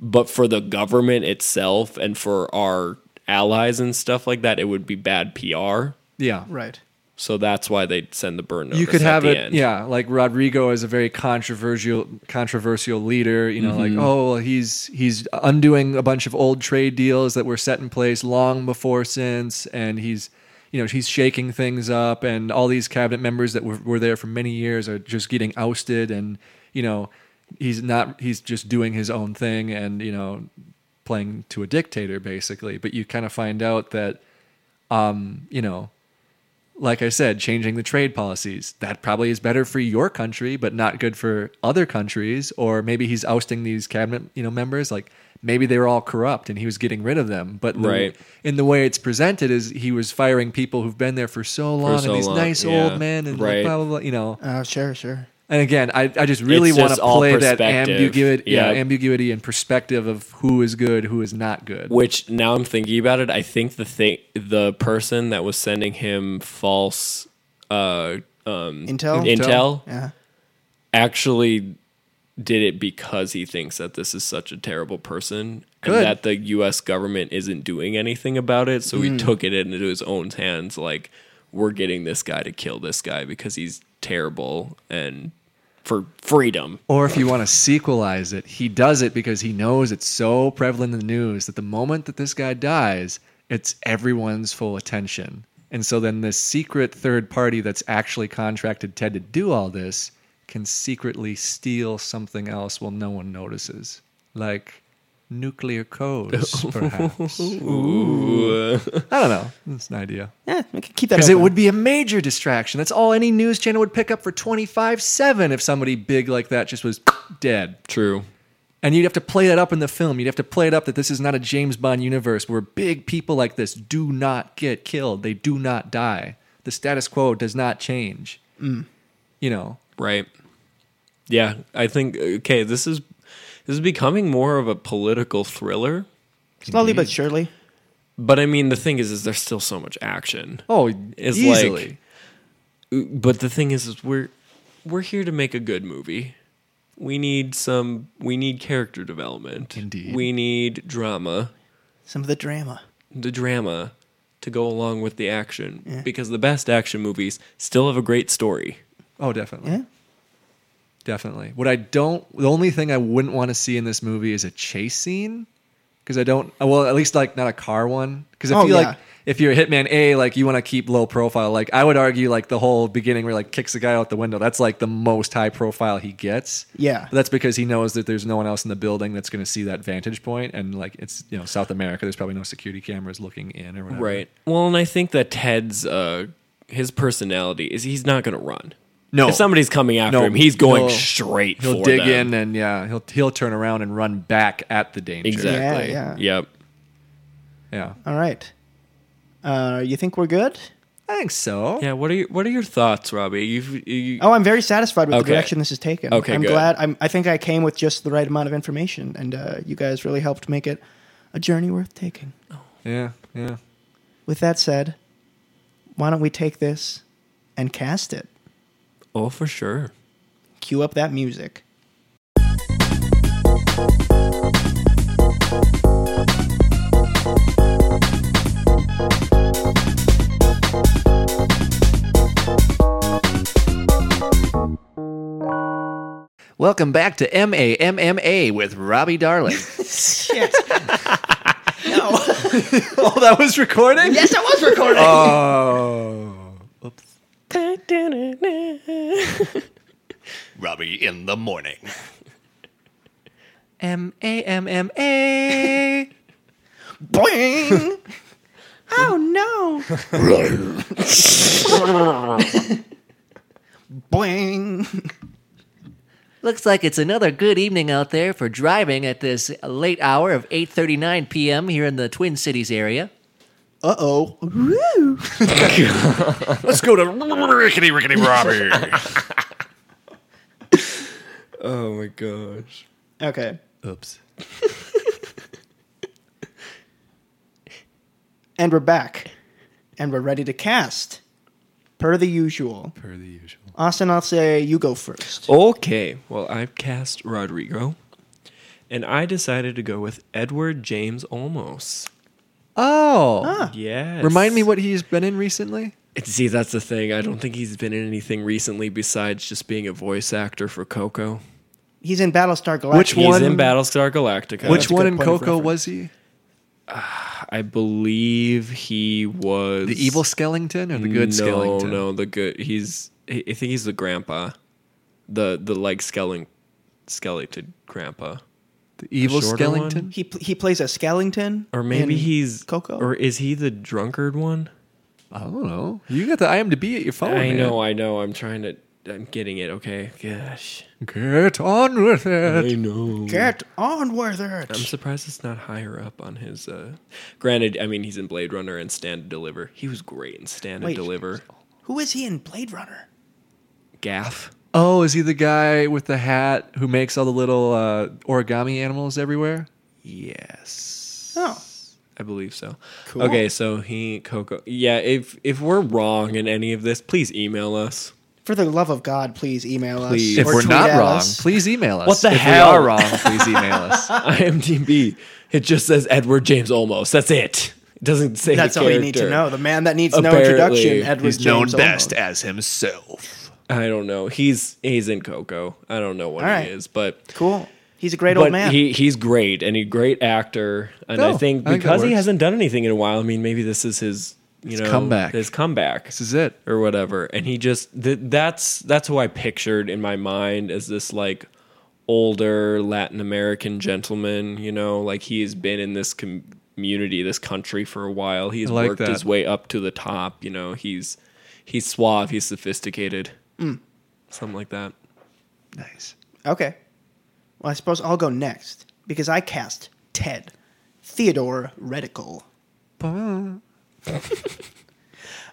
but for the government itself and for our allies and stuff like that, it would be bad PR.
Yeah.
Right.
So that's why they send the burn notice.
You could
at
have
the
it,
end.
yeah. Like Rodrigo is a very controversial, controversial leader. You know,
Mm-hmm.
like oh, well, he's he's undoing a bunch of old trade deals that were set in place long before since, and he's, you know, he's shaking things up, and all these cabinet members that were, were there for many years are just getting ousted, and you know, he's not, he's just doing his own thing, and you know, playing to a dictator basically. But you kind of find out that, um, you know, like I said, changing the trade policies. That probably is better for your country, but not good for other countries. Or maybe he's ousting these cabinet, you know, members. Like maybe they were all corrupt and he was getting rid of them. But the,
Right.
in the way it's presented, is he was firing people who've been there for so long
so
and these
long,
nice
yeah,
old men and
right.
like blah blah blah. You know.
Uh, sure, sure.
And again, I, I just really
It's
want
just
to
all
play that
perspective.
ambiguity, yeah,
Yep.
ambiguity and perspective of who is good, who is not good.
Which now I'm thinking about it, I think the thing, the person that was sending him false uh, um,
Intel?
intel
Yeah.
actually did it because he thinks that this is such a terrible person
Good.
and that the US government isn't doing anything about it. So he took it into his own hands like we're getting this guy to kill this guy because he's terrible and for freedom.
Or if you want to sequelize it, he does it because he knows it's so prevalent in the news that the moment that this guy dies, it's everyone's full attention. And so then this secret third party that's actually contracted Ted to do all this can secretly steal something else while no one notices. Like nuclear codes, perhaps. I don't know. That's an idea.
Yeah, we could keep that.
Because it
open.
would be a major distraction. That's all any news channel would pick up for 25 7 if somebody big like that just was dead.
True.
And you'd have to play that up in the film. You'd have to play it up that this is not a James Bond universe where big people like this do not get killed. They do not die. The status quo does not change.
Mm.
You know,
Right. Yeah, I think okay, this is this is becoming more of a political thriller.
slowly but surely.
But I mean the thing is is there's still so much action.
oh,
It's
easily.
like- but the thing is, is we're we're here to make a good movie. We need some. We need character development.
Indeed.
We need drama.
Some of the drama.
The drama to go along with the action because the best action movies still have a great story.
oh, definitely.
Yeah.
Definitely. What I don't, the only thing I wouldn't want to see in this movie is a chase scene because I don't. Well, at least like not a car one because I
Oh,
feel
yeah.
like if you're Hitman A, like you want to keep low profile. Like I would argue, like the whole beginning where like kicks the guy out the window. That's like the most high profile he gets.
Yeah.
But that's because he knows that there's no one else in the building that's going to see that vantage point, and like it's you know South America, there's probably no security cameras looking in or whatever.
Right. Well, and I think that Ted's uh his personality is he's not going to run.
No.
If somebody's coming after
No,
him, he's going
he'll-
straight.
He'll
for
dig
them.
in and yeah, he'll he'll turn around and run back at the danger.
Exactly.
Yeah, yeah.
Yep.
Yeah.
All right. Uh, you think we're good?
I think so.
Yeah. What are your What are your thoughts, Robbie? You've you,
Oh, I'm very satisfied with
Okay.
the direction this is taken.
Okay,
I'm
good.
glad. I'm, I think I came with just the right amount of information, and uh, you guys really helped make it a journey worth taking.
Yeah. Yeah.
With that said, why don't we take this and cast it?
oh for sure.
Cue up that music.
Welcome back to MAMMA with Robbie Darling.
Shit.
oh, that was recording?
yes, I was recording.
Oh.
Robbie in the morning.
M A M M A.
Boing. oh no. Boing.
Looks like it's another good evening out there for driving at this late hour of 8:39 p.m. here in the Twin Cities area.
Uh oh. Woo.
Let's go to rickety rickety Robbie. oh my gosh.
Okay.
Oops.
And we're back. And we're ready to cast. Per the usual.
Per Oh. the usual.
Austin, I'll say you go first.
Okay, well I cast Rodrigo, and I decided to go with Edward James Olmos.
Oh.
Ah. Yes.
Remind me what he's been in recently.
See, that's the thing. I don't think he's been in anything recently besides just being a voice actor for Coco.
He's in Battlestar Galactica.
Which
He's
one-
in Battlestar Galactica.
Which
a
one
good
in
point of
Coco
reference.
was he?
I believe he was
The evil Skellington or the good
no,
Skellington?
No, the good. He's. I I think he's the grandpa, the the like skelling, skeleton grandpa,
The evil
shorter
Skellington?
He pl- he plays a Skellington.
or maybe
in
he's
Coco.
or is he the drunkard one?
I don't know. You got the IMDb at your
Oh,
phone.
I
man.
know, I know. I'm trying to. I'm getting it. Okay, gosh.
Get on with it.
know.
Get on with it.
I'm
Um,
surprised it's not higher up on his. uh Granted, I mean he's in Blade Runner and Stand and Deliver. He was great in Stand
Wait.
and Deliver.
Who is he in Blade Runner?
Gaff.
Oh, is he the guy with the hat who makes all the little uh, origami animals everywhere?
Yes.
Oh.
I believe so.
Cool.
Okay, so he Coco. Yeah, if if we're wrong in any of this, please email us.
For the love of God, please email us.
Please.
If
or
we're
tweet
not
at
wrong,
us.
please email us.
What the
if
hell?
we are wrong, please email us.
IMDb. It just says Edward James Olmos. That's it. It doesn't say. the
That's all you need to
character.
know. The man that needs
Apparently,
no introduction, Edward
He's
James
known
Olmos.
best as himself.
I don't know. He's he's in Coco. I don't know what
All right.
he is, but
Cool. He's a great
but
old man.
he he's great and he's a great actor. And I
No,
think
I think that
because he
works.
hasn't done anything in a while, I mean, maybe this is his you know
comeback.
His comeback.
This is it.
or whatever and he just th- that's that's who i pictured in my mind as this like older latin american gentleman you know like he has been in this com- community this country for a while he's
I like
worked
that.
his way up to the top you know he's he's suave he's sophisticated
Mm.
something like that
Nice.
okay. Well, I suppose I'll go next because I cast Ted, Theodore Reticle.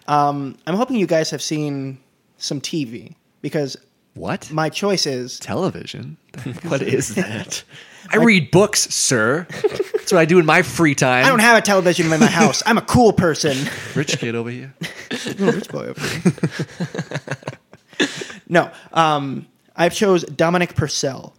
um, I'm hoping you guys have seen some TV because
What?
my choice is
Television? The heck is
what
that?
is that
I read books, sir. That's what I do in my free time.
I don't have a television in my house. I'm a cool person.
rich kid over here.
no, um, I chose Dominic Purcell.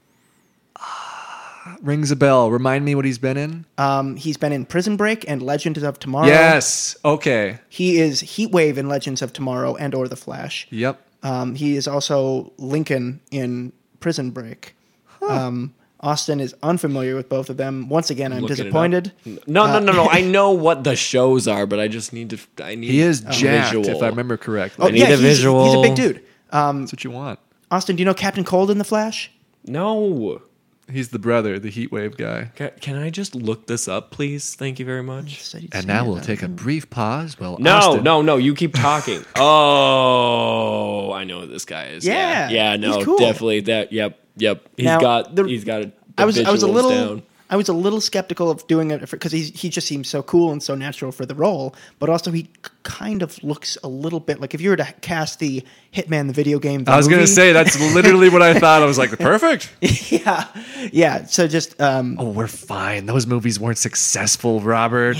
Rings a bell. Remind me what he's been in.
Um, he's been in Prison Break and Legends of Tomorrow.
Yes. Okay.
He is Heatwave in Legends of Tomorrow and or The Flash.
Yep.
Um, he is also Lincoln in Prison Break. Um, Austin is unfamiliar with both of them. Once again, I'm
Looking it up.
disappointed.
no no no no i know what the shows are but i just need to f- i need
He is
a
jacked,
visual.
if I remember correctly.
Oh,
need
yeah,
a
he's, he's a
visual.
big dude. Um,
That's what you want.
Austin, do you know Captain Cold in The Flash?
no
He's the brother, the heat wave guy.
Ca- can i just look this up please thank you very much
Said he'd
And
seen
now
it,
we'll
uh,
take a brief pause while
No,
Austin-
no, no. You keep talking. oh, I know who this guy is. yeah.
Yeah,
yeah, no,
he's cool.
definitely. That. Yep. Yep. He's
Now,
got.
the-
he's got. A, the
I was I was a
visuals
little
down.
I was a little skeptical of doing it because he he just seems so cool and so natural for the role, but also he k- kind of looks a little bit like if you were to cast the Hitman the video game. the
I was gonna
movie-
say that's literally what I thought. I was like, perfect.
yeah yeah. So just um
Oh, we're fine. Those movies weren't successful, Robert.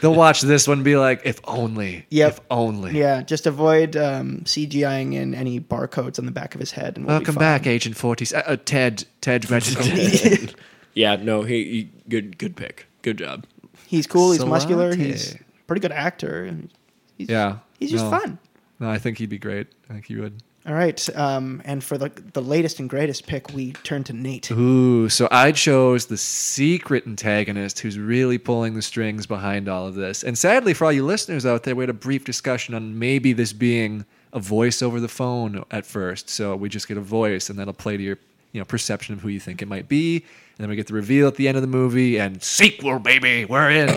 They'll watch this one and be like, if only.
Yep.
If only.
yeah just avoid um, CGIing in any barcodes on the back of his head. And we'll
Welcome
be fine.
back, Agent 40. Uh, uh, Ted. Ted Reginald.
Yeah. No. He, he. Good. Good pick. Good job.
He's cool. He's
Salate.
muscular. He's a pretty good actor. and He's,
Yeah.
he's just
No.
fun.
No, I think he'd be great. I think he would.
All right, um, and for the the latest and greatest pick, we turn to Nate.
Ooh, so I chose the secret antagonist who's really pulling the strings behind all of this. And sadly, for all you listeners out there, we had a brief discussion on maybe this being a voice over the phone at first. So we just get a voice and that'll play to your you know perception of who you think it might be, and then we get the reveal at the end of the movie and sequel, baby, we're in.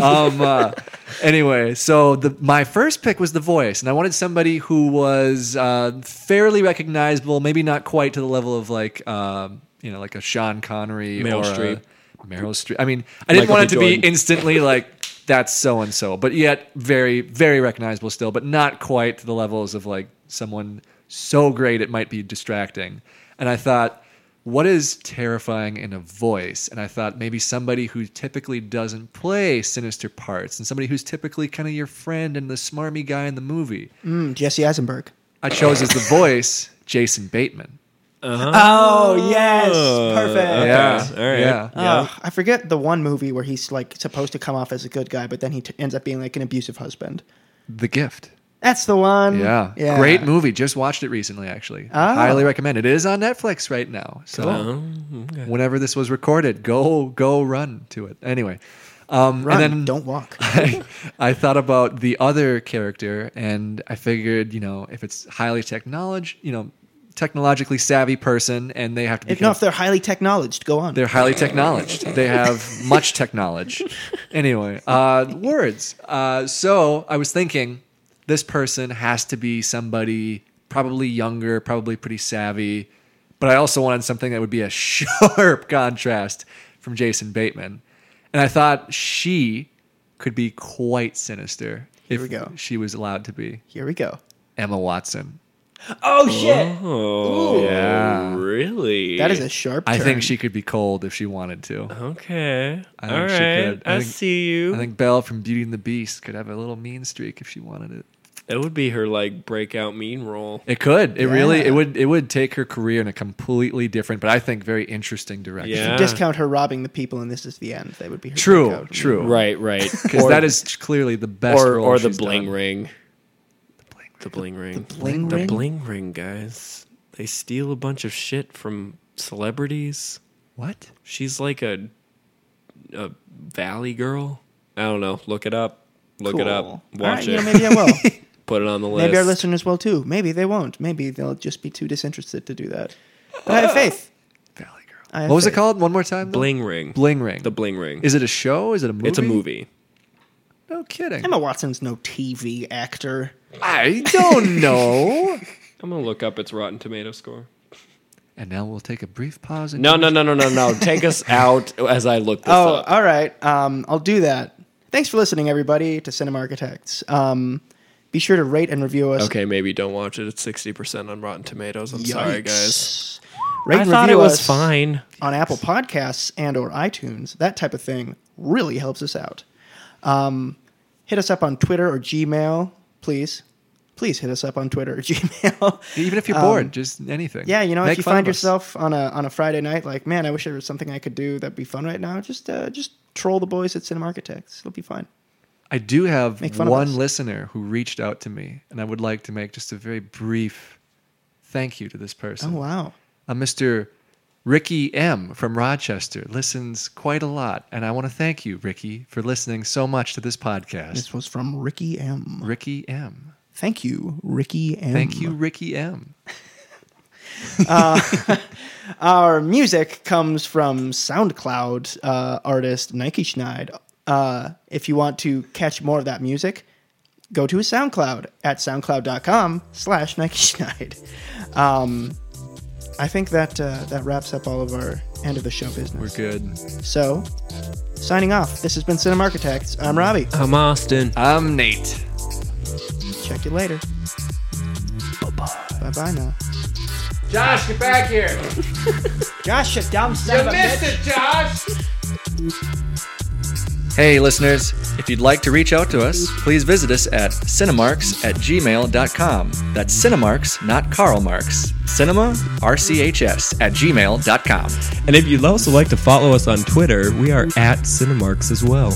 um, uh, anyway, so the my first pick was the voice, and I wanted somebody who was uh, fairly recognizable, maybe not quite to the level of like um, you know like a Sean Connery
Meryl
or a
Streep.
Meryl Streep. I mean, I didn't
Michael
want
B.
it to
Jordan.
be instantly like that's so and so, but yet very, very recognizable still, but not quite to the levels of like someone so great it might be distracting. And I thought, what is terrifying in a voice? And I thought maybe somebody who typically doesn't play sinister parts and somebody who's typically kind of your friend and the smarmy guy in the movie.
Mm, Jesse Eisenberg.
I chose as the voice Jason Bateman.
Oh yes, perfect.
Yeah.
All right.
Yeah.
Uh, I forget the one movie where he's like supposed to come off as a good guy, but then he t- ends up being like an abusive husband.
The gift.
That's the one.
Yeah.
Mm-hmm. yeah.
Great movie. Just watched it recently, actually.
Ah.
Highly recommend it. It is on Netflix right now. So whenever this was recorded, go go run to it. Anyway. Um
Run,
and then
don't walk.
I, I thought about the other character and I figured, you know, if it's highly technology, you know, technologically savvy person and they have to be
If, no, if they're highly technologed, go on.
they're highly technologed. They have much technology. Anyway, uh, words. Uh, so I was thinking this person has to be somebody probably younger, probably pretty savvy, but I also wanted something that would be a sharp contrast from Jason Bateman. And I thought she could be quite sinister if
we go.
she was allowed to be.
Here we go.
Emma Watson.
Oh shit!
Oh,
Yeah.
really?
That is a sharp.
I
turn.
think she could be cold if she wanted to.
Okay.
I
All
think she
right.
could. I
I,
think-
see you.
I think Belle from Beauty and the Beast could have a little mean streak if she wanted it.
that would be her like breakout mean role.
It could. It really.
Yeah.
It would. It would take her career in a completely different, but I think very interesting direction.
Yeah.
discount her robbing the people, and this is the end. That would be her
True.
breakout.
True.
Right. Right.
Because that is clearly the best.
or
role
or the
she's
bling
done.
ring. The bling ring. The
bling
The
ring?
bling ring, guys. They steal a bunch of shit from celebrities.
What?
She's like a a valley girl. I don't know. Look it up. Look it
Cool.
up.
All right,
Watch
you know,
it.
maybe I will.
Put it on the list.
Maybe our listeners will too. Maybe they won't. Maybe they'll just be too disinterested to do that. But I have faith.
Valley Girl.
I have
What was it
faith.
called? One more time. though?
Bling ring.
Bling ring.
The bling ring.
Is it a show? Is it a movie?
It's a movie.
No kidding.
Emma Watson's no TV actor.
I don't know.
I'm gonna look up its Rotten Tomato score.
and now we'll take a brief pause. And
No, no, no, no, no, no. Take us out as I look this
Oh,
up.
all right. Um, I'll do that. Thanks for listening, everybody, to Cinema Architects. Um, be sure to rate and review us.
Okay, maybe don't watch it. It's sixty percent on Rotten Tomatoes. I'm sorry, guys.
Yikes. Rate
I
and
thought it
review
was
us
fine.
on Apple Podcasts and or iTunes. That type of thing really helps us out. Um, hit us up on Twitter or Gmail, please. Please hit us up on Twitter or Gmail.
Even if you're bored, just anything.
Um, Yeah, you know,
Make
if you
fun
find
of us.
yourself on a on a Friday night, like, man, I wish there was something I could do that'd be fun right now. Just uh, just troll the boys at Cinema Architects. It'll be fine.
I do have
Make fun of us.
one listener who reached out to me, and I would like to make just a very brief thank you to this
Oh
person.
wow,
A Mr. Uh, Ricky M from Rochester listens quite a lot, and I want to thank you, Ricky, for listening so much to this podcast.
this was from Ricky M.
Ricky M.
Thank you, Ricky M.
Thank you, Ricky M.
Our music comes from SoundCloud uh, artist Nike Schneid. Uh, if you want to catch more of that music, go to his SoundCloud at soundcloud.com slash Nike Schneid. Um, I think that uh, that wraps up all of our end of the show business.
We're good.
So, signing off. This has been Cinema Architects. I'm Robbie.
I'm Austin.
I'm Nate.
Check you later. Bye bye. Bye bye now.
Josh, get back here.
Josh, you dumb son of a bitch.
it, Josh.
Hey, listeners, if you'd like to reach out to us, please visit us at cinemarks at gmail.com. That's cinemarks, not Karl Marx. Cinema, RCHS at gmail.com.
And if you'd also like to follow us on Twitter, we are at Cinemarks as well.